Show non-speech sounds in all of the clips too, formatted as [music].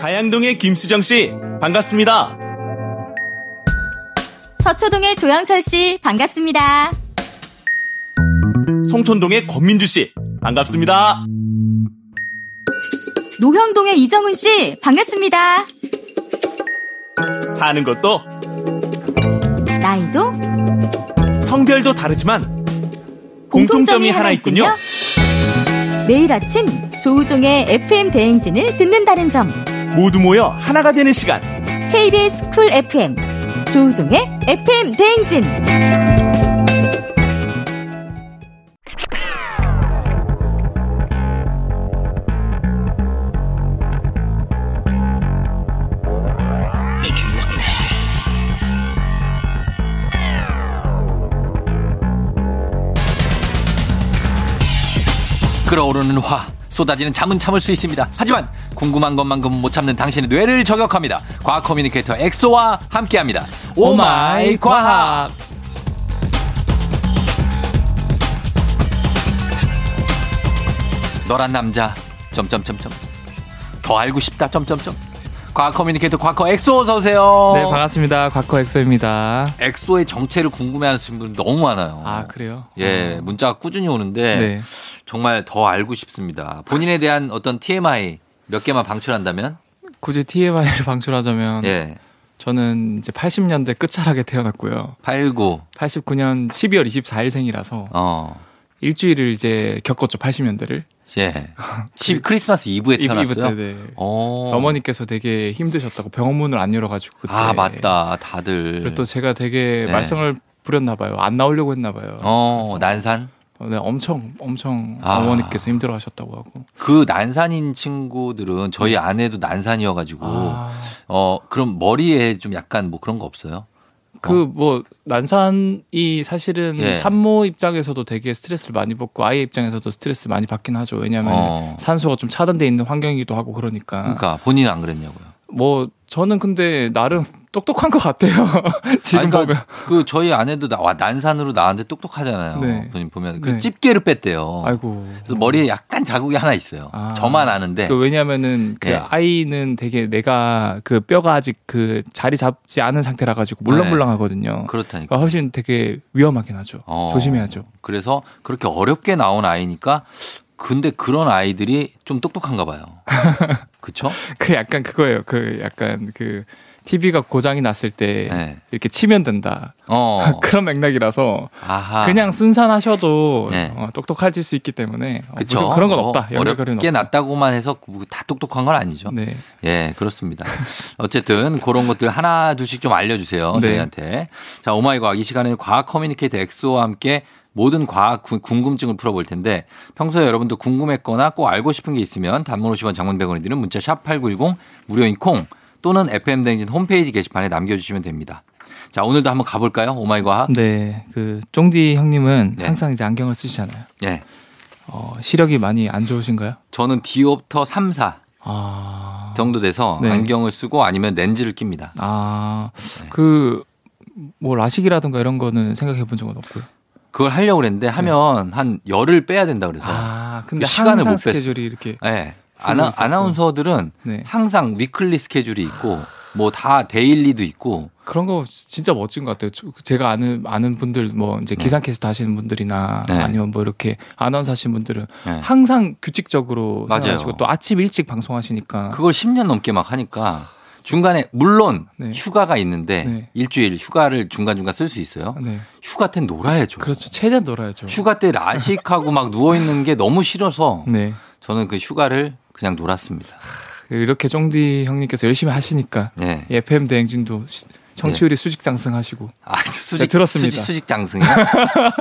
가양동의 김수정 씨, 반갑습니다. 서초동의 조영철 씨 반갑습니다. 송촌동의 권민주 씨, 반갑습니다. 노형동의 이정훈 씨 반갑습니다. 사는 것도 나이도 성별도 다르지만 공통점이 하나 있군요. 매일 아침 조우종의 FM 대행진을 듣는다는 점. 모두 모여 하나가 되는 시간. KBS 쿨 FM 조우종의 FM 대행진. 끓어오르는 화 쏟아지는 잠은 참을 수 있습니다. 하지만 궁금한 것만큼 못 참는 당신의 뇌를 저격합니다. 과학 커뮤니케이터 엑소와 함께합니다. 오마이 과학. 너란 남자 점점점점 더 알고 싶다 점점점 과학 커뮤니케이터 과커 엑소 어서 아, 오세요. 네, 반갑습니다. 과커 엑소입니다. 엑소의 정체를 궁금해하시는 분들 너무 많아요. 아, 그래요? 예, 문자가 꾸준히 오는데 네. 정말 더 알고 싶습니다. 본인에 대한 어떤 TMI 몇 개만 방출한다면? 굳이 TMI를 방출하자면 예. 저는 이제 80년대 끝자락에 태어났고요. 89. 89년 12월 24일생이라서 어. 일주일을 이제 겪었죠. 80년대를. [laughs] 예. 시- 크리스마스 이브에 이브- 이브 태어났어요. 때, 네. 어. 어머니께서 되게 힘드셨다고 병원문을 안 열어가지고 그때. 아, 맞다. 다들. 네. 그리고 또 제가 되게 네. 말썽을 부렸나 봐요. 안 나오려고 했나 봐요. 어, 난산. 어, 네, 엄청 엄청 아. 어머니께서 힘들어하셨다고 하고. 그 난산인 친구들은 네. 저희 아내도 난산이어 가지고 아. 어, 그럼 머리에 좀 약간 뭐 그런 거 없어요? 그 뭐 난산이 사실은 예. 산모 입장에서도 되게 스트레스를 많이 받고 아이 입장에서도 스트레스 많이 받긴 하죠. 왜냐하면 어. 산소가 좀 차단돼 있는 환경이기도 하고 그러니까. 그러니까 본인은 안 그랬냐고요. 뭐 저는 근데 나름 똑똑한 것 같아요. [laughs] 지금 아니, 보면 그러니까 그 저희 아내도 나, 와, 난산으로 나한테 똑똑하잖아요. 네. 본인 보면 그 네. 집게를 뺐대요. 아이고. 그래서 머리에 약간 자국이 하나 있어요. 아. 저만 아는데. 그 왜냐하면은 그 예. 아이는 되게 내가 그 뼈가 아직 그 자리 잡지 않은 상태라 가지고 물렁물렁하거든요. 그렇다니까. 그러니까 훨씬 되게 위험하긴 하죠. 어. 조심해야죠. 그래서 그렇게 어렵게 나온 아이니까 근데 그런 아이들이 좀 똑똑한가 [laughs] 봐요. 그쵸? 그 약간 그거예요. 그 약간 그 TV가 고장이 났을 때 네. 이렇게 치면 된다. 어. [laughs] 그런 맥락이라서 아하. 그냥 순산하셔도 네. 어, 똑똑해질 수 있기 때문에 어, 그쵸? 무슨 그런 건 뭐 없다. 연결고리는 어렵게 없다. 났다고만 해서 뭐 다 똑똑한 건 아니죠. 네. 예, 그렇습니다. 어쨌든 그런 것들 하나 둘씩 좀 알려주세요. 네. 저희한테. 자, 오마이 과학 이 시간에는 과학 커뮤니케이터 엑소와 함께 모든 과학 구- 궁금증을 풀어볼 텐데 평소에 여러분도 궁금했거나 꼭 알고 싶은 게 있으면 단문 50원 장문 100원이 드는 문자 샵 8910 무료인 콩 또는 FM대행진 홈페이지 게시판에 남겨주시면 됩니다. 자, 오늘도 한번 가볼까요? 오마이 과학. 네. 그 쫑디 형님은 네. 항상 이제 안경을 쓰시잖아요. 예. 어, 시력이 많이 안 좋으신가요? 저는 디옵터 3, 4 아. 정도 돼서 네. 안경을 쓰고 아니면 렌즈를 낍니다. 아. 네. 그 뭐 라식이라든가 이런 거는 생각해 본 적은 없고요. 그걸 하려고 그랬는데 하면 한 열을 빼야 된다 그래서 네. 아, 근데 그 시간을 항상 못 뺐어요. 스케줄이 이렇게 예. 네. 그거 아나, 있었고. 아나운서들은 네. 항상 위클리 스케줄이 있고 뭐 다 데일리도 있고 그런 거 진짜 멋진 것 같아요. 저- 제가 아는 아는 분들 뭐 이제 기상캐스터 하시는 분들이나 네. 아니면 뭐 이렇게 아나운서 하시는 분들은 네. 항상 규칙적으로 맞아요. 생각하시고 또 아침 일찍 방송하시니까 그걸 10년 넘게 막 하니까 중간에 물론 네. 휴가가 있는데 네. 일주일 휴가를 중간중간 쓸 수 있어요. 네. 휴가 땐 놀아야죠. 그렇죠. 최대한 놀아야죠. 휴가 때 라식하고 막 누워 있는 게 너무 싫어서 네. 저는 그 휴가를 그냥 놀았습니다. 이렇게 쫑디 형님께서 열심히 하시니까 네. FM 대행진도 시- 청취율이 수직 상승하시고 아, 수직 네, 들었습니다. 수직, 수직 장승이야?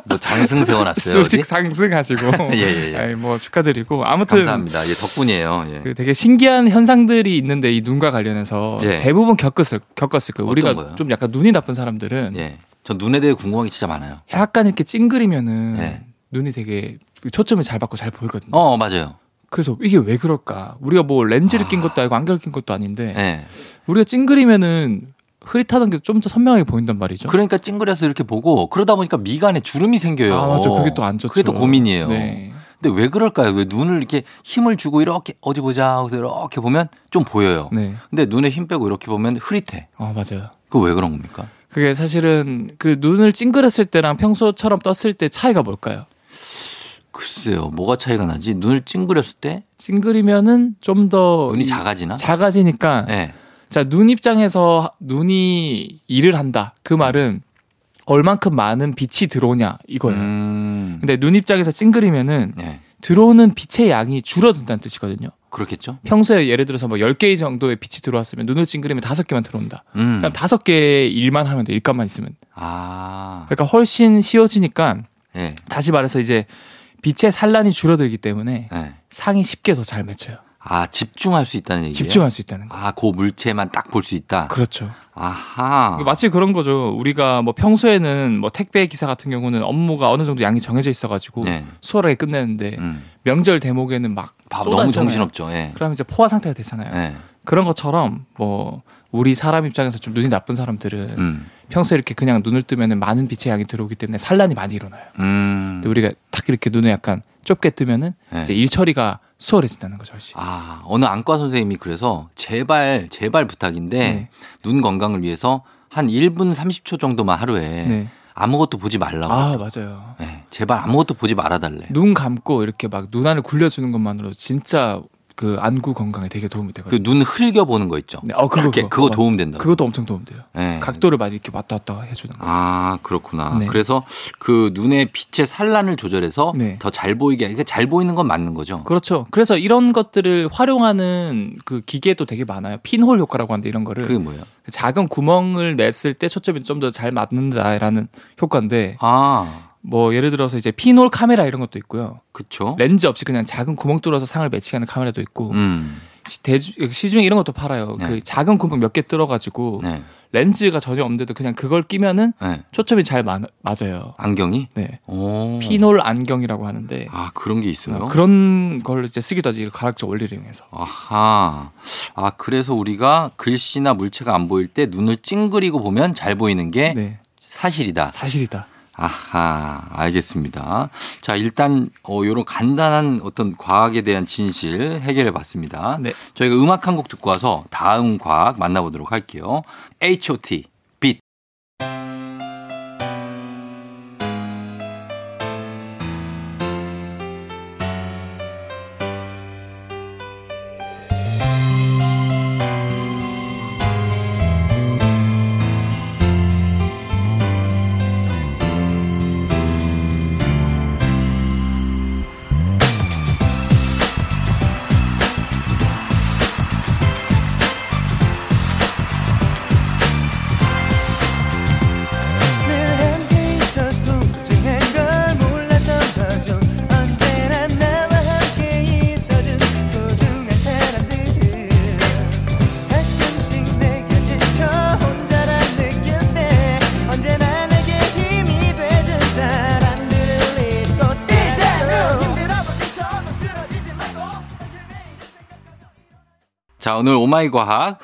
너 장승 세워놨어요. 어디? [laughs] 수직 상승하시고 [laughs] 예, 예, 예. 아이, 뭐 축하드리고 아무튼 감사합니다. 예, 덕분이에요. 예. 그 되게 신기한 현상들이 있는데 이 눈과 관련해서 예. 대부분 겪었을 겪었을 어떤 거예요. 우리가 거요? 좀 약간 눈이 나쁜 사람들은 예. 저 눈에 대해 궁금한 게 진짜 많아요. 약간 이렇게 찡그리면은 예. 눈이 되게 그 초점을 잘 받고 잘 보이거든요. 어, 맞아요. 그래서 이게 왜 그럴까? 우리가 뭐 렌즈를 낀 것도 아니고 안경을 낀 것도 아닌데 예. 우리가 찡그리면은 흐릿하던 게 좀 더 선명하게 보인단 말이죠. 그러니까 찡그려서 이렇게 보고 그러다 보니까 미간에 주름이 생겨요. 아 맞아, 그게 또 안 좋죠. 그게 또 고민이에요. 네. 근데 왜 그럴까요? 왜 눈을 이렇게 힘을 주고 이렇게 어디 보자 하고서 이렇게 보면 좀 보여요. 네. 근데 눈에 힘 빼고 이렇게 보면 흐릿해. 아 맞아요. 그거 왜 그런 겁니까? 그게 사실은 그 눈을 찡그렸을 때랑 평소처럼 떴을 때 차이가 뭘까요? 글쎄요. 뭐가 차이가 나지? 눈을 찡그렸을 때 찡그리면은 좀 더 눈이 작아지나? 어, 작아지니까 네. 자 눈 입장에서 눈이 일을 한다 그 말은 얼만큼 많은 빛이 들어오냐 이거예요. 음. 근데 눈 입장에서 찡그리면은 네. 들어오는 빛의 양이 줄어든다는 뜻이거든요. 그렇겠죠? 평소에 예를 들어서 뭐 10개 정도의 빛이 들어왔으면 눈을 찡그리면 다섯 개만 들어온다. 음. 그럼 다섯 개의 일만 하면 돼. 일감만 있으면. 아. 그러니까 훨씬 쉬워지니까 예. 다시 말해서 이제 빛의 산란이 줄어들기 때문에 예. 상이 쉽게 더 잘 맺혀요. 아, 집중할 수 있다는 얘기예요. 집중할 수 있다는 거. 아, 그 물체만 딱 볼 수 있다. 그렇죠. 아하. 마치 그런 거죠. 우리가 뭐 평소에는 뭐 택배 기사 같은 경우는 업무가 어느 정도 양이 정해져 있어가지고 네. 수월하게 끝내는데 음. 명절 대목에는 막 밥 쏟아지잖아요. 너무 정신없죠. 예. 그러면 이제 포화 상태가 되잖아요. 예. 그런 것처럼 뭐 우리 사람 입장에서 좀 눈이 나쁜 사람들은 음. 평소에 이렇게 그냥 눈을 뜨면은 많은 빛의 양이 들어오기 때문에 산란이 많이 일어나요. 음. 근데 우리가 딱 이렇게 눈을 약간 좁게 뜨면은 네. 이제 일 처리가 수월해진다는 거죠, 훨씬. 아, 어느 안과 선생님이 그래서 제발, 제발 부탁인데 네. 눈 건강을 위해서 한 1분 30초 정도만 하루에 네. 아무것도 보지 말라고. 아 맞아요. 네, 제발 아무것도 보지 말아달래. 눈 감고 이렇게 막 눈안을 굴려주는 것만으로 진짜 그 안구 건강에 되게 도움이 되거든요. 그 눈 흘겨 보는 거 있죠. 네, 어, 그거, 이렇게 그거. 그거 어. 도움 된다. 그것도 엄청 도움돼요. 네. 각도를 많이 이렇게 왔다 갔다 해주는 거. 아 그렇구나. 네. 그래서 그 눈의 빛의 산란을 조절해서 네. 더 잘 보이게. 그러니까 잘 보이는 건 맞는 거죠. 그렇죠. 그래서 이런 것들을 활용하는 그 기계도 되게 많아요. 핀홀 효과라고 하는데 이런 거를 그게 뭐예요? 작은 구멍을 냈을 때 초점이 좀 더 잘 맞는다라는 효과인데 아 뭐 예를 들어서 이제 피놀 카메라 이런 것도 있고요. 그쵸. 렌즈 없이 그냥 작은 구멍 뚫어서 상을 매치하는 카메라도 있고 음. 시- 대주, 시중에 이런 것도 팔아요. 네. 그 작은 구멍 몇 개 뚫어가지고 네. 렌즈가 전혀 없는데도 그냥 그걸 끼면은 네. 초점이 잘 마- 맞아요. 안경이. 네. 오. 피놀 안경이라고 하는데 음. 아 그런 게 있어요. 어, 그런 걸 이제 쓰기도 하지 과학적 원리를 이용해서. 아하. 아, 그래서 우리가 글씨나 물체가 안 보일 때 눈을 찡그리고 보면 잘 보이는 게 네. 사실이다. 사실이다. 아하. 알겠습니다. 자, 일단, 어, 요런 간단한 어떤 과학에 대한 진실 해결해 봤습니다. 네. 저희가 음악 한 곡 듣고 와서 다음 과학 만나보도록 할게요. H.O.T. 빛. 늘 함께 있어서 소중한 걸 몰랐던 거죠 언제나 나와 함께 있어준 소중한 사람들 가끔씩 내가 지쳐 혼자라 느낄 때 언제나 내게 힘이 돼준 사람들을 잊고 살아줘 힘들어도 지쳐도 쓰러지지 말고 자, 오늘 오마이 과학.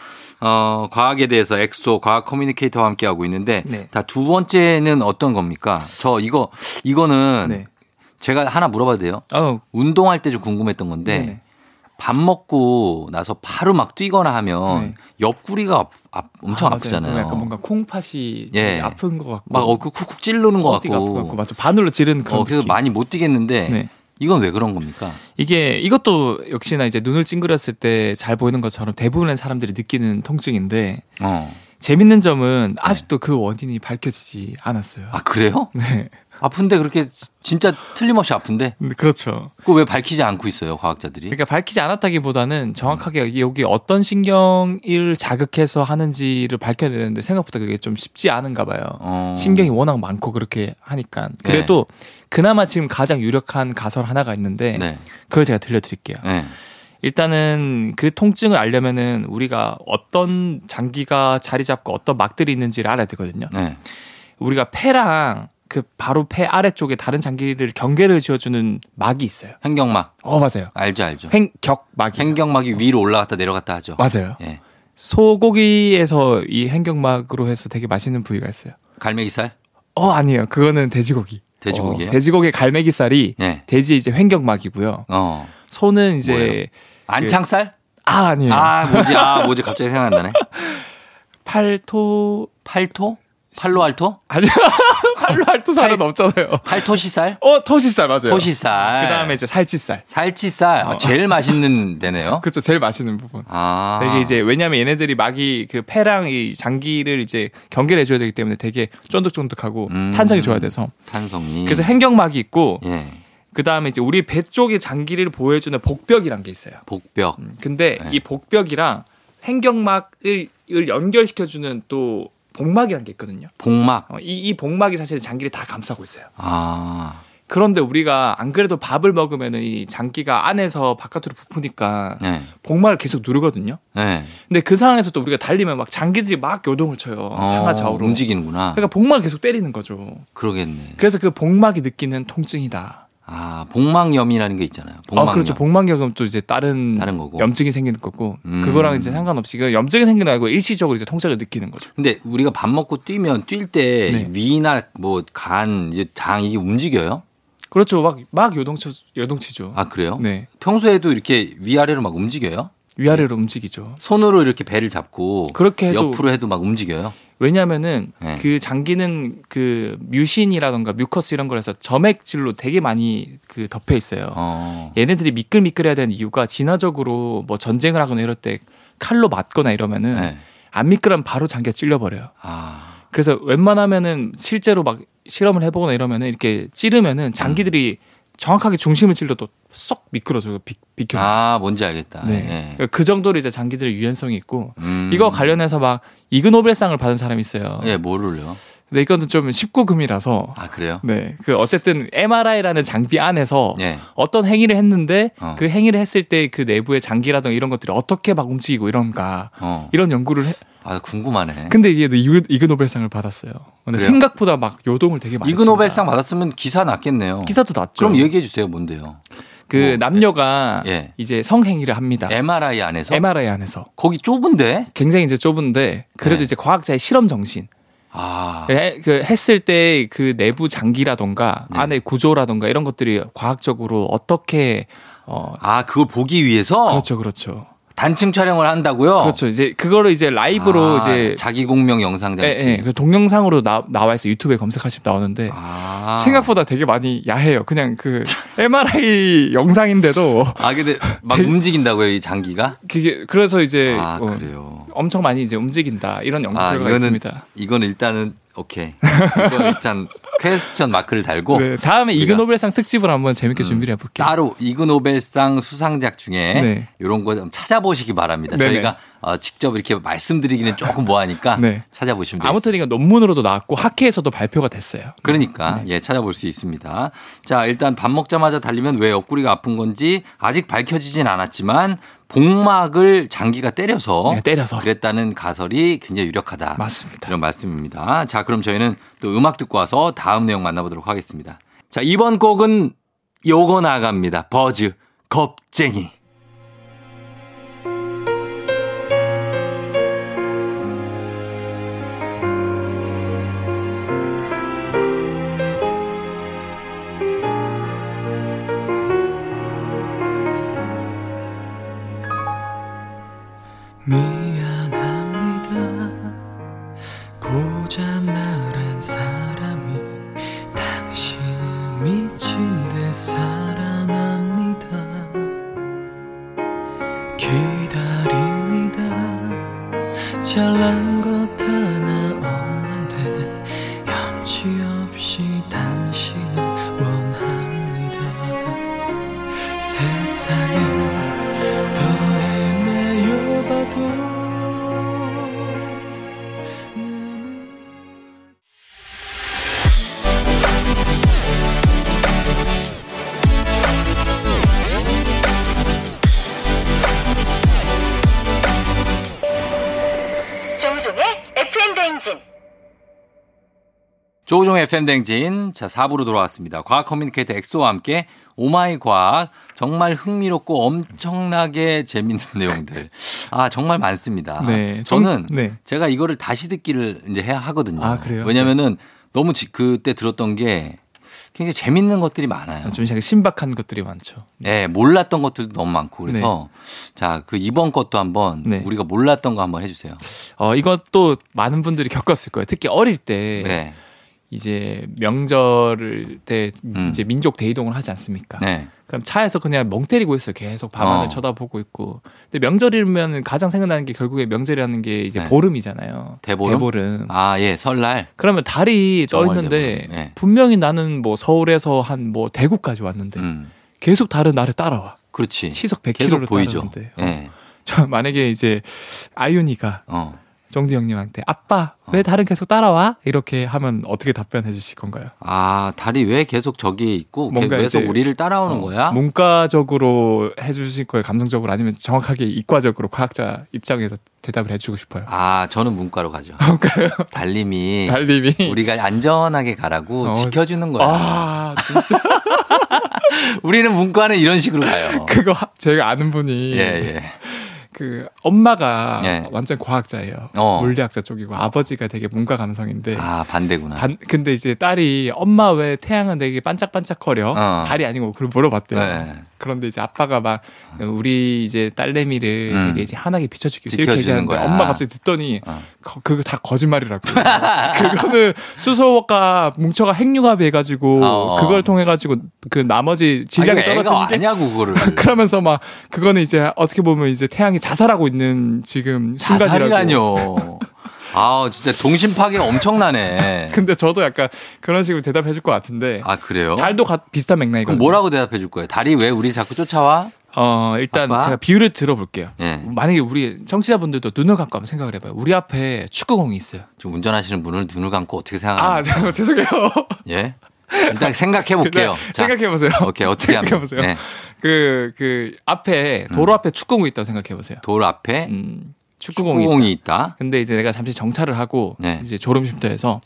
어, 과학에 대해서 엑소 과학 커뮤니케이터와 함께 하고 있는데 네. 자, 두 번째는 어떤 겁니까? 저 이거 이거는 네. 제가 하나 물어봐도 돼요? 어, 운동할 때 좀 궁금했던 건데 네네. 밥 먹고 나서 바로 막 뛰거나 하면 네. 옆구리가 아, 엄청 맞아요. 아, 프잖아요 약간 뭔가 콩팥이 예. 아픈 것 같고 막 얼굴 쿡쿡 찌르는 것 어디가 아픈 것 같고 같고. 맞죠. 바늘로 찌른 그런 어, 그래서 느낌. 많이 못 뛰겠는데 네. 이건 왜 그런 겁니까? 이게 이것도 역시나 이제 눈을 찡그렸을 때 잘 보이는 것처럼 대부분의 사람들이 느끼는 통증인데 어. 재밌는 점은 아직도 그 원인이 밝혀지지 않았어요. 네. 아, 그래요? 네. 아픈데 그렇게 진짜 틀림없이 아픈데 근데 그렇죠. 그거 왜 밝히지 않고 있어요, 과학자들이? 그러니까 밝히지 않았다기보다는 정확하게 여기 어떤 신경을 자극해서 하는지를 밝혀야 되는데 생각보다 그게 좀 쉽지 않은가 봐요. 어. 신경이 워낙 많고 그렇게 하니까. 그래도 그나마 지금 가장 유력한 가설 하나가 있는데 네. 그걸 제가 들려드릴게요. 네. 일단은 그 통증을 알려면은 우리가 어떤 장기가 자리 잡고 어떤 막들이 있는지를 알아야 되거든요. 네. 우리가 폐랑 그 바로 폐 아래쪽에 다른 장기를 경계를 지어주는 막이 있어요. 행경막 어 맞아요. 알죠, 알죠. 횡격막이 행경막이 위로 올라갔다 내려갔다 하죠. 맞아요. 예. 소고기에서 이 횡격막으로 해서 되게 맛있는 부위가 있어요. 갈매기살? 어 아니에요. 그거는 돼지고기. 돼지고기예요? 어, 돼지고기 갈매기살이 예. 돼지 이제 횡격막이고요. 어. 소는 이제 뭐예요? 안창살? 아 아니에요. 아, 뭐지? 아, 뭐지? 갑자기 생각난다네. 팔토 팔토? 팔로알토? 아니요 [laughs] 팔로알토 살은 없잖아요. 팔토시살? 어 토시살 맞아요. 토시살. 그 다음에 이제 살치살. 살치살. 아, 제일 맛있는 데네요. [laughs] 그렇죠 제일 맛있는 부분. 아. 되게 이제 왜냐하면 얘네들이 막이 그 폐랑 이 장기를 이제 경계를 해줘야 되기 때문에 되게 쫀득쫀득하고 음. 탄성이 좋아야 돼서 탄성이. 그래서 횡격막이 있고 예. 그 다음에 이제 우리 배 쪽의 장기를 보호해주는 복벽이란 게 있어요. 음, 복벽. 근데 네. 이 복벽이랑 횡격막을 을 연결시켜주는 또 복막이란 게 있거든요. 복막. 어, 이, 이 복막이 사실 장기를 다 감싸고 있어요. 아. 그런데 우리가 안 그래도 밥을 먹으면 이 장기가 안에서 바깥으로 부푸니까 예. 복막을 계속 누르거든요. 예. 근데 그 상황에서 또 우리가 달리면 막 장기들이 막 요동을 쳐요. 어, 상하 좌우로. 움직이는구나. 그러니까 복막을 계속 때리는 거죠. 그러겠네 그래서 그 복막이 느끼는 통증이다. 아, 복막염이라는 게 있잖아요. 아 복막염. 그렇죠. 복막염은 또 이제 다른, 다른 거고. 염증이 생기는 거고 음. 그거랑 이제 상관없이 그 염증이 생기는 거 아니고 일시적으로 이제 통증을 느끼는 거죠. 근데 우리가 밥 먹고 뛰면 뛸 때 네. 위나 뭐 간 장 이게 움직여요? 그렇죠. 막 막 요동쳐 요동치죠. 아 그래요? 네. 평소에도 이렇게 위아래로 막 움직여요? 위아래로 움직이죠. 손으로 이렇게 배를 잡고 그렇게 해도- 옆으로 해도 막 움직여요? 왜냐면은 네. 그 장기는 그 뮤신이라던가 뮤커스 이런 걸 해서 점액질로 되게 많이 그 덮여 있어요. 어. 얘네들이 미끌미끌해야 되는 이유가 진화적으로 뭐 전쟁을 하거나 이럴 때 칼로 맞거나 이러면은 네. 안 미끄러면 바로 장기가 찔려버려요. 아. 그래서 웬만하면은 실제로 막 실험을 해보거나 이러면은 이렇게 찌르면은 장기들이 정확하게 중심을 찔러도 쏙 미끄러져요. 비, 비켜. 아, 뭔지 알겠다. 네. 예. 그러니까 그 정도로 이제 장기들의 유연성이 있고 음. 이거 관련해서 막 이그노벨상을 받은 사람이 있어요. 예, 뭐를요? 근데 이거는 좀 19금이라서 아, 그래요? 네. 그 어쨌든 MRI라는 장비 안에서 예. 어떤 행위를 했는데 어. 그 행위를 했을 때 그 내부의 장기라든가 이런 것들이 어떻게 막 움직이고 이런가 어. 이런 연구를 해. 아, 궁금하네. 네. 근데 이게 또 이그- 이그노벨상을 받았어요. 근데 그래요? 생각보다 막 요동을 되게 많이 이그노벨상 했습니다. 받았으면 기사 났겠네요. 기사도 났죠. 그럼 얘기해 주세요. 뭔데요? 그 뭐, 남녀가 예. 이제 성행위를 합니다. MRI 안에서 MRI 안에서 거기 좁은데? 굉장히 이제 좁은데 그래도 네. 이제 과학자의 실험 정신 아. 해- 그 했을 때 그 내부 장기라던가 네. 안의 구조라던가 이런 것들이 과학적으로 어떻게 어 아, 그걸 보기 위해서 그렇죠 그렇죠 단층 촬영을 한다고요? 그렇죠 이제 그거를 이제 라이브로 어. 아, 이제 자기 네, 공명 영상 예, 장치. 예, 그 동영상으로 나, 나와 있어 유튜브에 검색하시면 나오는데 아. 생각보다 되게 많이 야해요 그냥 그 [laughs] MRI 영상인데도 아 근데 막 될- 움직인다고요 이 장기가? 그게 그래서 이제 아 어, 그래요. 엄청 많이 이제 움직인다 이런 연구가 아 이거는 있습니다. 이건 일단은 오케이. [laughs] 이건 일단 퀘스천 마크를 달고 네, 다음에 우리가- 음, 이그노벨상 특집을 한번 재밌게 준비를 해볼게요. 따로 이그노벨상 수상작 중에 네. 이런 거 좀 찾아보시기 바랍니다. 네네. 저희가 어, 직접 이렇게 말씀드리기는 조금 뭐하니까 네. 찾아보시면 되겠습니다. 아무튼 이거 논문으로도 나왔고 학회에서도 발표가 됐어요. 그러니까 네. 예 찾아볼 수 있습니다. 자 일단 밥 먹자마자 달리면 왜 옆구리가 아픈 건지 아직 밝혀지진 않았지만 복막을 장기가 때려서 네, 때려서. 어? 그랬다는 가설이 굉장히 유력하다. 맞습니다. 이런 말씀입니다. 자 그럼 저희는 또 음악 듣고 와서 다음 내용 만나보도록 하겠습니다. 자 이번 곡은 요거 나갑니다. 버즈 겁쟁이. 미안합니다. 고작 나란 사람이 당신을 미친 듯 사랑합니다. 기다립니다. 잘난 것 하나 없는데 염치 없이 당신을 원합니다. 세상에 더 헤매여봐도 눈은 조우종의 FM 대행진. 조종 FM 댕진 자 4부로 돌아왔습니다. 과학 커뮤니케이터 엑소와 함께 오마이 과학 정말 흥미롭고 엄청나게 재밌는 [laughs] 내용들 아 정말 많습니다. 네, 정- 저는 네. 제가 이거를 다시 듣기를 이제 해야 하거든요. 아, 그래요? 왜냐면은 너무 지- 그때 들었던 게 굉장히 재밌는 것들이 많아요. 좀 약간 신박한 것들이 많죠. 네, 몰랐던 것들도 너무 많고 그래서 자, 그 이번 것도 한번 네. 우리가 몰랐던 거 한번 해 주세요. 어, 이것도 많은 분들이 겪었을 거예요. 특히 어릴 때 네. 네. 이제 명절을 때 음. 네. 이제 민족 대이동을 하지 않습니까? 그럼 차에서 그냥 멍 때리고 있어요. 계속 밤하늘 어. 쳐다보고 있고. 근데 명절이면 가장 생각나는 게 결국에 명절이라는 게 이제 네. 보름이잖아요. 대보름? 아, 예. 설날. 그러면 달이 떠 정월 있는데 대보름. 네. 분명히 나는 뭐 서울에서 한 뭐 대구까지 왔는데 음. 계속 달은 나를 따라와. 그렇지. 시속 100km 계속 보이죠. 따르는데. 예. 어. [laughs] 저 만약에 이제 아윤이가 어. 정디 형님한테 아빠 왜 달은 계속 따라와? 이렇게 하면 어떻게 답변해 주실 건가요? 아, 달이 왜 계속 저기에 있고 뭔가 계속 이제 우리를 따라오는 어, 거야? 문과적으로 해주실 거예요? 감성적으로 아니면 정확하게 이과적으로 과학자 입장에서 대답을 해주고 싶어요. 아, 저는 문과로 가죠. 달님이 어, 달님이 우리가 안전하게 가라고 어. 지켜주는 거야. 아 진짜 우리는 문과는 이런 식으로 [laughs] 가요. 그거 하- 제가 아는 분이 예, 예. 그 엄마가 예. 완전 과학자예요. 어. 물리학자 쪽이고 아버지가 되게 문과 감성인데 아, 반대구나. 반- 근데 이제 딸이 엄마 왜 태양은 되게 반짝반짝거려? 어. 달이 아니고 그걸 물어봤대요. 네. 그런데 이제 아빠가 막 우리 이제 딸내미를 음. 되게 이제 환하게 비춰주기 위해서 비춰주는 이렇게 얘기하는데 거야. 엄마 갑자기 듣더니 어. 거- 그거 다 거짓말이라고. [laughs] 그거는 수소가 뭉쳐가 핵융합 해가지고 어. 그걸 통해 가지고 그 나머지 아니, 질량이 애가 떨어지는데 아냐고 그거를. [laughs] 그러면서 막 그거는 이제 어떻게 보면 이제 태양이 자살하고 있는 지금 순간이라고. 자살이라뇨. 아, 진짜 동심 파괴 엄청나네. 근데 저도 약간 그런 식으로 대답해 줄 것 같은데 아, 그래요? 달도 가- 비슷한 맥락이거든요. 그럼 뭐라고 대답해 줄 거예요? 달이 왜 우리 자꾸 쫓아와? 어, 일단 아빠? 제가 비유를 들어볼게요. 예. 만약에 우리 청취자분들도 눈을 감고 한번 생각을 해봐요. 우리 앞에 축구공이 있어요. 지금 운전하시는 분을 눈을 감고 어떻게 생각하나요? 아, 잠깐 [laughs] 죄송해요. 예. 일단 생각해 볼게요. 네, 생각해보세요. 오케이, 어떻게 하면. 생각해보세요. 네. 음. 그, 그, 앞에, 도로 앞에 축구공이 있다고 생각해보세요. 돌 앞에 음, 축구공이. 있다. 축구공이 있다. 근데 이제 내가 잠시 정차를 하고, 네. 이제 졸음쉼터에서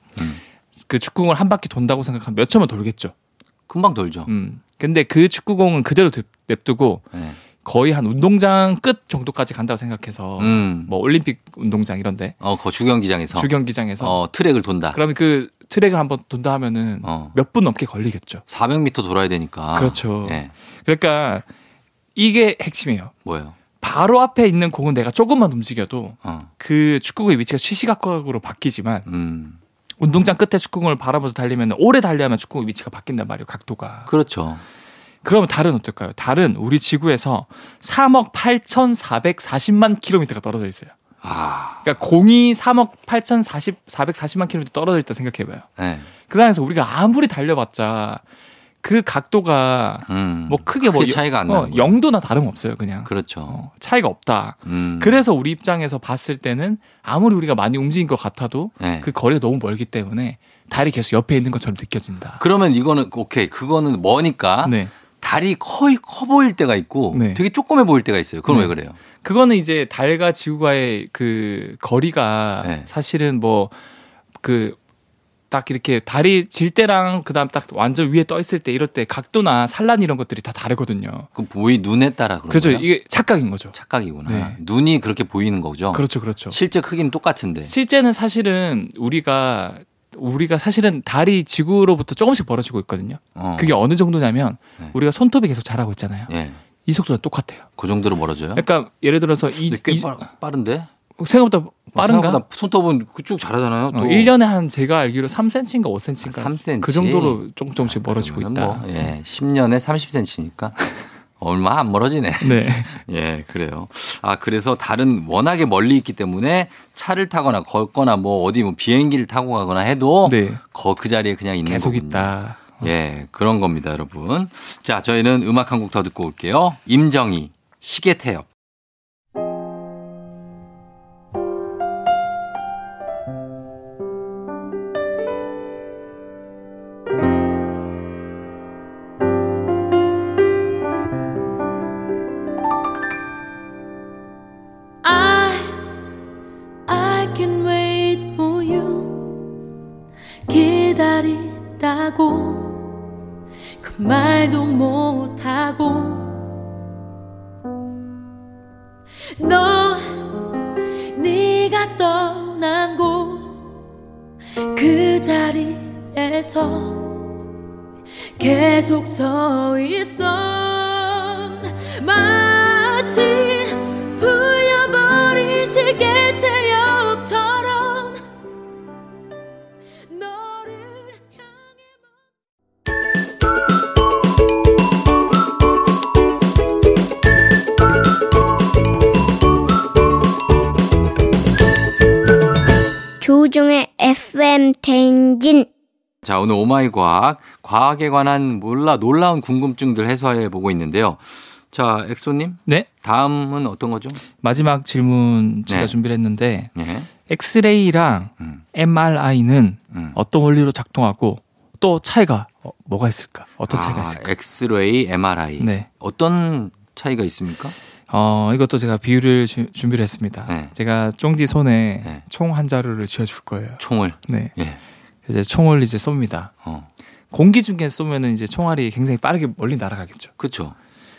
그 축구공을 한 바퀴 돈다고 생각하면 몇 초면 돌겠죠. 금방 돌죠. 음. 근데 그 축구공은 그대로 냅- 냅두고 네. 거의 한 운동장 끝 정도까지 간다고 생각해서 음. 뭐 올림픽 운동장 이런데 어, 거 주경기장에서 주경기장에서 어, 트랙을 돈다. 그러면 그 트랙을 한번 돈다 하면은 어. 몇 분 넘게 걸리겠죠. 400m 돌아야 되니까. 그렇죠. 예. 그러니까 이게 핵심이에요. 뭐예요? 바로 앞에 있는 공은 내가 조금만 움직여도 어. 그 축구공의 위치가 시시각각으로 바뀌지만 음. 운동장 끝에 축구공을 바라보면서 달리면 오래 달려야만 축구공 위치가 바뀐단 말이에요. 각도가. 그렇죠. 그러면 달은 어떨까요? 달은 우리 지구에서 3억 8,440만 킬로미터가 떨어져 있어요. 아. 그러니까 공이 3억 8,440만 킬로미터 떨어져 있다 생각해봐요. 예. 그 상황에서 우리가 아무리 달려봤자 그 각도가 음. 뭐 크게 뭐 크게 차이가 안 어, 나는 거죠. 영도나 다름없어요 그냥 그렇죠. 어, 차이가 없다 음. 그래서 우리 입장에서 봤을 때는 아무리 우리가 많이 움직인 것 같아도 예. 그 거리가 너무 멀기 때문에 달이 계속 옆에 있는 것처럼 느껴진다 그러면 이거는 오케이. 그거는 머니까 네 달이 커, 커 보일 때가 있고 네. 되게 조그매 보일 때가 있어요. 그건 왜 그래요? 그거는 이제 달과 지구와의 그 거리가 네. 사실은 뭐 그 딱 이렇게 달이 질 때랑 그다음 딱 완전 위에 떠 있을 때 이럴 때 각도나 산란 이런 것들이 다 다르거든요. 그 보이 눈에 따라 그런 그렇죠. 거예요? 이게 착각인 거죠. 착각이구나. 네. 눈이 그렇게 보이는 거죠. 그렇죠, 그렇죠. 실제 크기는 똑같은데. 네. 실제는 사실은 우리가 우리가 사실은 달이 지구로부터 조금씩 벌어지고 있거든요. 어. 그게 어느 정도냐면 네. 우리가 손톱이 계속 자라고 있잖아요. 예. 이 속도랑 똑같아요. 그 정도로 멀어져요? 그러니까 예를 들어서 이, 근데 꽤 이- 빠- 빠른데? 어, 생각보다 빠른가? 생각보다 손톱은 그쭉 자라잖아요. 또. 어, 1년에 한 제가 알기로 3cm인가 5cm인가 3cm? 그 정도로 조금 조금씩 멀어지고 아, 그러면 있다. 뭐, 예. 10년에 30cm니까 [laughs] 얼마 안 멀어지네. [laughs] 네. 예, 그래요. 아, 그래서 달은 워낙에 멀리 있기 때문에 차를 타거나 걷거나 뭐 어디 뭐 비행기를 타고 가거나 해도 네. 거 그 자리에 그냥 있는 계속 거군요. 있다. 예, 그런 겁니다, 여러분. 자, 저희는 음악 한 곡 더 듣고 올게요. 임정희, 시계 태엽. I I can wait for you 기다리다고 그 말도 못하고 너 네가 떠난 곳 그 자리에서 계속 서 있어 마치 풀려버린 시계 태엽처럼 너를 향해 조우종의 FM 대행진 자, 오늘 오마이 과학, 과학에 관한 몰라 놀라운 궁금증들 해소해 보고 있는데요. 자, 엑소님, 네 다음은 어떤 거죠? 마지막 질문 제가 네. 준비를 했는데 예. 엑스레이랑 음, MRI는 음. 어떤 원리로 작동하고 또 차이가 어, 뭐가 있을까? 어떤 차이가 아, 있을까? 엑스레이, MRI. 네. 어떤 차이가 있습니까? 어, 이것도 제가 비유를 주- 준비를 했습니다. 네. 제가 쫑디 손에 네. 총 한 자루를 쥐어줄 거예요. 총을. 네. 예. 이제 총을 이제 쏩니다. 어. 공기 중에 쏘면은 이제 총알이 굉장히 빠르게 멀리 날아가겠죠. 그렇죠.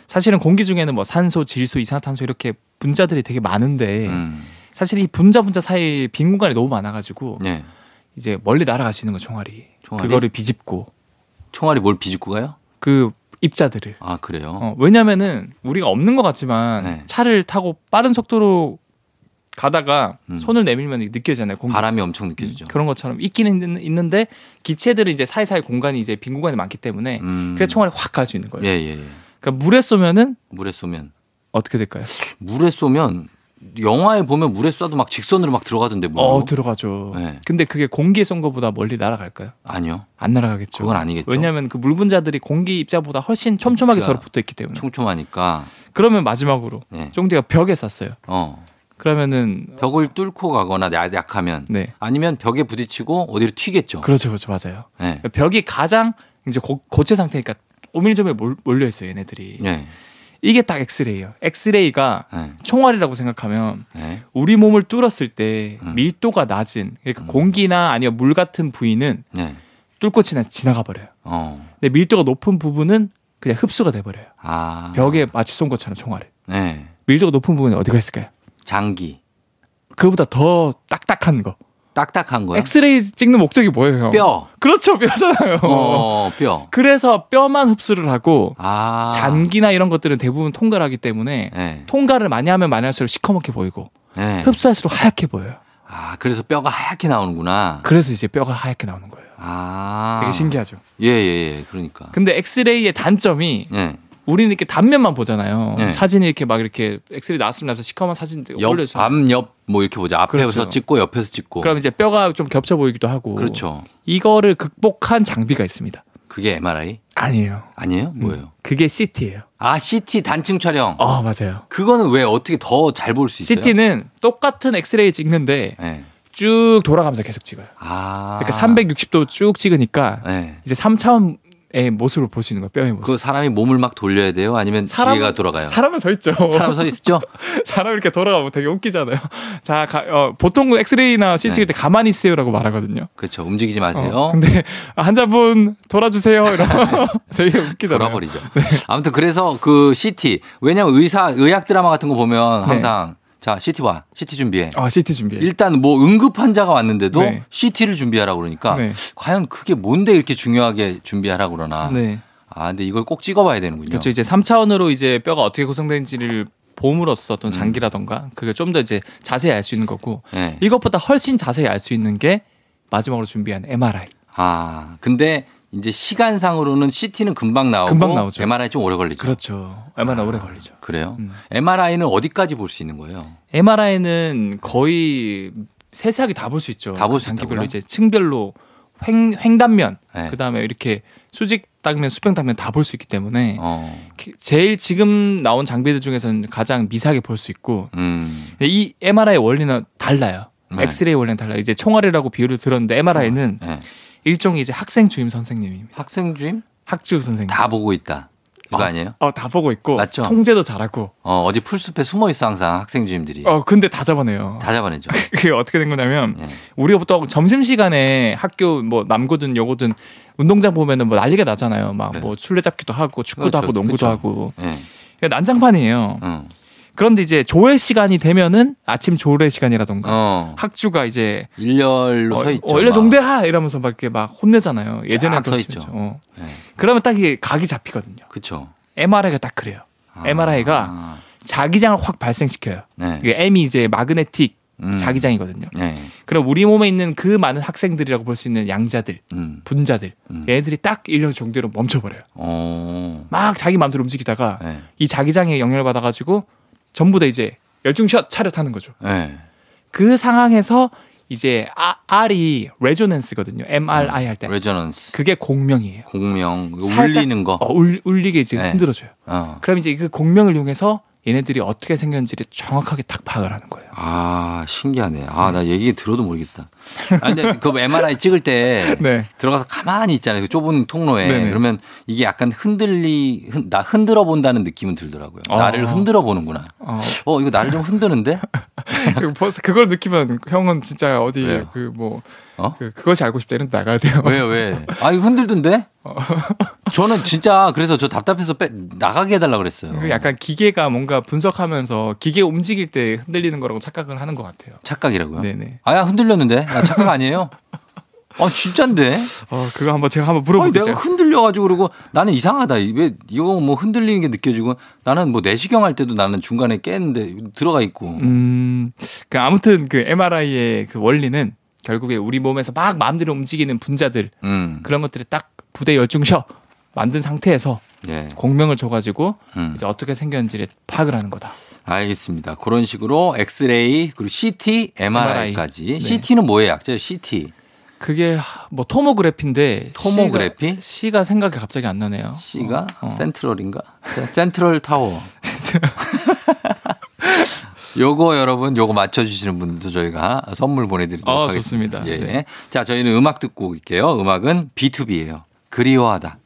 사실은 공기 중에는 뭐 산소, 질소, 이산화탄소 이렇게 분자들이 되게 많은데 음. 사실 이 분자 분자 사이 빈 공간이 너무 많아가지고 예. 이제 멀리 날아갈 수 있는 거 총알이. 총알이? 그거를 비집고 총알이 뭘 비집고 가요? 그 입자들을. 아, 그래요. 어, 왜냐면은 우리가 없는 것 같지만 네. 차를 타고 빠른 속도로 가다가 음. 손을 내밀면 이게 느껴지잖아요. 공기. 바람이 엄청 느껴지죠. 음. 그런 것처럼 있기는 있는- 있는데 기체들은 이제 사이사이 공간이 이제 빈 공간이 많기 때문에 음. 그래 총알이 확 갈 수 있는 거예요. 예, 예, 예. 그럼 물에 쏘면은 물에 쏘면 어떻게 될까요? 물에 쏘면 영화에 보면 물에 쏴도 막 직선으로 막 들어가던데 물로. 어 들어가죠. 네. 근데 그게 공기에 쏜 것보다 멀리 날아갈까요? 아니요. 안 날아가겠죠. 그건 아니겠죠. 왜냐하면 그 물분자들이 공기 입자보다 훨씬 촘촘하게 그러니까 서로 붙어 있기 때문에. 촘촘하니까. 그러면 마지막으로 네. 쫑디가 벽에 쐈어요. 어. 그러면은 벽을 뚫고 가거나 약- 약하면 네 아니면 벽에 부딪히고 어디로 튀겠죠. 그렇죠 그렇죠 맞아요. 네. 그러니까 벽이 가장 이제 고, 고체 상태니까 오밀조밀 몰- 몰려 있어요 얘네들이. 네. 이게 딱 엑스레이예요. 엑스레이가 네. 총알이라고 생각하면 네. 우리 몸을 뚫었을 때 음. 밀도가 낮은 그러니까 음. 공기나 아니면 물 같은 부위는 네. 뚫고 지나 지나가 버려요. 어. 근데 밀도가 높은 부분은 그냥 흡수가 돼 버려요. 아. 벽에 마치 쏜 것처럼 총알을. 네. 밀도가 높은 부분이 어디가 있을까요? 장기. 그보다 더 딱딱한 거. 딱딱한 거야. 엑스레이 찍는 목적이 뭐예요, 형? 뼈. 그렇죠, 뼈잖아요. 어, 뼈. 그래서 뼈만 흡수를 하고 아. 잔기나 이런 것들은 대부분 통과를 하기 때문에 네. 통과를 많이 하면 많이 할수록 시커멓게 보이고 네. 흡수할수록 하얗게 보여요. 아, 그래서 뼈가 하얗게 나오는구나. 그래서 이제 뼈가 하얗게 나오는 거예요. 아. 되게 신기하죠. 예, 예, 예. 그러니까. 근데 엑스레이의 단점이 예. 우리는 이렇게 단면만 보잖아요. 네. 사진이 이렇게 막 이렇게 엑스레이 나왔으면 나서 시커먼 사진 옆, 올려주죠. 앞, 옆, 뭐 이렇게 보자. 앞에서 그렇죠. 찍고 옆에서 찍고. 그럼 이제 뼈가 좀 겹쳐 보이기도 하고. 그렇죠. 이거를 극복한 장비가 있습니다. 그게 MRI? 아니에요. 아니에요? 뭐예요? 그게 CT예요. 아, CT 단층 촬영. 어 맞아요. 그거는 왜 어떻게 더 잘 볼 수 있어요? CT는 똑같은 엑스레이 찍는데 예. 쭉 돌아가면서 계속 찍어요. 아. 그러니까 360도 쭉 찍으니까 예. 이제 3차원의 모습을 볼 수 있는 거예요. 뼈의 모습. 그 사람이 몸을 막 돌려야 돼요? 아니면 기계가 돌아가요? 사람은 서 있죠. 사람 서 있죠? [laughs] 사람 이렇게 돌아가면 뭐 되게 웃기잖아요. [laughs] 자, 가- 어, 보통 엑스레이나 CT 네. 찍을 때 가만히 있어요라고 말하거든요. 그렇죠. 움직이지 마세요. 어, 근데 [laughs] 환자분 돌아주세요. 이러면 [laughs] 되게 웃기잖아요. 돌아버리죠. 아무튼 그래서 그 CT 왜냐면 의사 의학 드라마 같은 거 보면 네. 항상 자 CT 와 CT 준비해. 아, CT 준비해. 일단 뭐 응급 환자가 왔는데도 네. CT를 준비하라고 그러니까 네. 과연 그게 뭔데 이렇게 중요하게 준비하라고 그러나. 네. 아 근데 이걸 꼭 찍어봐야 되는군요. 그렇죠. 이제 3차원으로 이제 뼈가 어떻게 구성되는지를 봄으로써 음. 어떤 장기라던가 그게 좀 더 이제 자세히 알 수 있는 거고 네. 이것보다 훨씬 자세히 알 수 있는 게 마지막으로 준비한 MRI. 아 근데 이제 시간상으로는 CT는 금방 나오고 금방 나오죠. MRI 좀 오래 걸리죠. 그렇죠. 음. 얼마나 오래 걸리죠. 그래요? MRI는 어디까지 볼 수 있는 거예요? MRI는 거의 세세하게 다 볼 수 있죠. 다볼수 장기별로 있다고요? 이제 층별로 횡, 횡단면, 네. 그다음에 이렇게 수직 당면, 수평 당면 다 볼 수 있기 때문에 어. 제일 지금 나온 장비들 중에서는 가장 미세하게 볼 수 있고 음. 근데 이 MRI의 원리는 달라요. 네. 엑스레이 원리는 달라요. 이제 총알이라고 비유를 들었는데 MRI는 네. 일종의 이제 학생 주임 선생님입니다. 학생 주임 학주 선생님. 다 보고 있다. 이거 아니에요? 어, 다 보고 있고 맞죠? 통제도 잘하고. 어, 어디 풀숲에 숨어 있어 항상 학생 주임들이 어, 근데 다 잡아내요. 다 잡아내죠. 그게 어떻게 된 거냐면 예. 우리가 보통 점심 시간에 학교 뭐 남고든 여고든 운동장 보면은 뭐 난리가 나잖아요. 막 네. 뭐 술래잡기도 하고 축구도 그렇죠. 하고 농구도 그렇죠. 하고 예. 그러니까 난장판이에요. 응. 그런데 이제 조회 시간이 되면은 아침 조회 시간이라던가 어. 학주가 이제 일렬로 어, 서 있죠. 어, 일로 막. 종대하 이러면서 막 이렇게 막 혼내잖아요. 예전에 쫙서 그랬죠. 있죠. 어. 네. 그러면 딱 이게 각이 잡히거든요. 그쵸. MRI가 딱 그래요. MRI가 아, 자기장을 확 발생시켜요. 네. 이게 M이 이제 마그네틱 음. 자기장이거든요. 네. 그럼 우리 몸에 있는 그 많은 학생들이라고 볼 수 있는 양자들, 음. 분자들, 음. 얘네들이 딱 일년 정도로 멈춰버려요. 어. 막 자기 마음대로 움직이다가 네. 이 자기장에 영향을 받아가지고 전부 다 이제 열중샷 차렷하는 거죠. 네. 그 상황에서 이제 아, R이 레조넌스거든요. MRI 할 때. 레저넌스. 네. 그게 공명이에요. 공명. 살짝- 음. 울리는 거. 어, 울, 울리게 지금 네. 흔들어줘요. 어. 그럼 이제 그 공명을 이용해서 얘네들이 어떻게 생겼는지를 정확하게 딱 파악을 하는 거예요. 아, 신기하네. 아, 나 얘기 들어도 모르겠다. 아, 근데 그 MRI 찍을 때 [laughs] 네. 들어가서 가만히 있잖아요. 그 좁은 통로에. 네네. 그러면 이게 약간 흔들리, 흔- 나 흔들어 본다는 느낌은 들더라고요. 어. 나를 흔들어 보는구나. 어, 어, 이거 나를 좀 [laughs] 흔드는데? 그 벌써 그걸 느끼면 형은 진짜 어디 왜요? 그 뭐 어? 그, 그것이 알고 싶다 이런 데 나가야 돼요. 왜, 왜? 아, 이거 흔들던데? 어. 저는 진짜 그래서 저 답답해서 빼, 나가게 해달라 그랬어요. [laughs] 그 약간 기계가 뭔가 분석하면서 기계 움직일 때 흔들리는 거라고 착각을 하는 것 같아요. 착각이라고요? 네네. 아야, 흔들렸는데? 아, 착각 아니에요? 아, 진짠데? 어 그거 한번 제가 한번 아니, 물어볼게요. 내가 흔들려가지고 그러고 나는 이상하다. 이- 왜 이거 뭐 흔들리는 게 느껴지고 나는 뭐 내시경 할 때도 나는 중간에 깼는데 들어가 있고. 음, 그 아무튼 그 MRI의 그 원리는 결국에 우리 몸에서 막 마음대로 움직이는 분자들 음. 그런 것들을 딱 부대 열중셔 만든 상태에서 예. 공명을 줘가지고 음. 이제 어떻게 생겼는지를 파악을 하는 거다. 알겠습니다. 그런 식으로 엑스레이 그리고 CT, MRI까지. 네. CT는 뭐의 약자예요? CT. 그게 뭐 토모그래피인데 토모그래피? C가, C가 생각이 갑자기 안 나네요. C가 어, 어. 센트럴인가? 센- 센트럴 타워. [laughs] 요거 여러분 요거 맞춰 주시는 분들도 저희가 선물 보내 드리도록 아, 하겠습니다. 좋습니다. 예. 네. 자, 저희는 음악 듣고 올게요. 음악은 B2B예요. 그리워하다.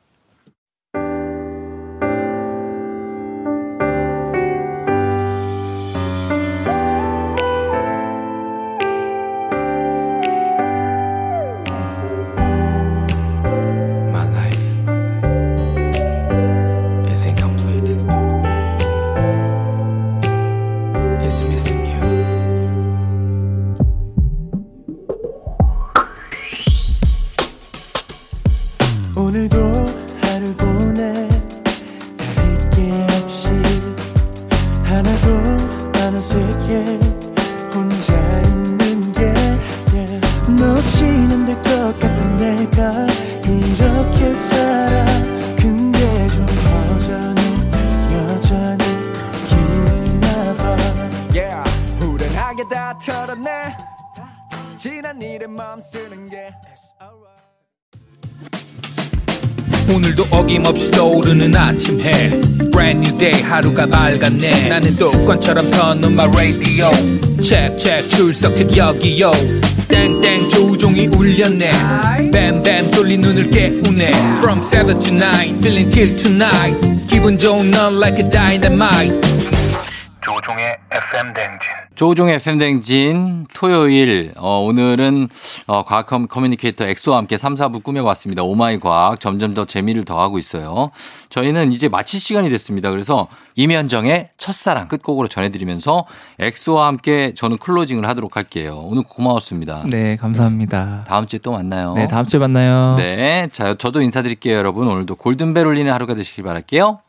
My life is incomplete. It's missing you. 오늘도 하루 보내 다를 게 없이 하나도 안 어색해 혼자 있는 게너 없이는 될 것 같은 내가 이렇게 살아 근데 좀 허전해 여전히 기나 봐 Yeah, 후련하게 다 털었네. 지난 일에 마음 쓰는 게. 오늘도 어김없이 떠오르는 아침 해 Brand new day 하루가 밝았네 나는 독관처럼 켜놓은 my radio check check 출석 책 여기요 땡땡 조종이 울렸네 뱀뱀 졸린 눈을 깨우네 From 7 to 9 feeling till tonight 기분 좋은 넌 like a dynamite 조종의 팬댕진 토요일 어, 오늘은 어, 과학 컴- 커뮤니케이터 엑소와 함께 3, 4부 꾸며왔습니다. 오마이 과학 점점 더 재미를 더하고 있어요. 저희는 이제 마칠 시간이 됐습니다. 그래서 임현정의 첫사랑 끝곡으로 전해드리면서 엑소와 함께 저는 클로징을 하도록 할게요. 오늘 고마웠습니다. 네, 감사합니다. 다음 주에 또 만나요. 네, 다음 주에 만나요. 네, 자, 저도 인사드릴게요, 여러분. 오늘도 골든벨 울리는 하루가 되시길 바랄게요.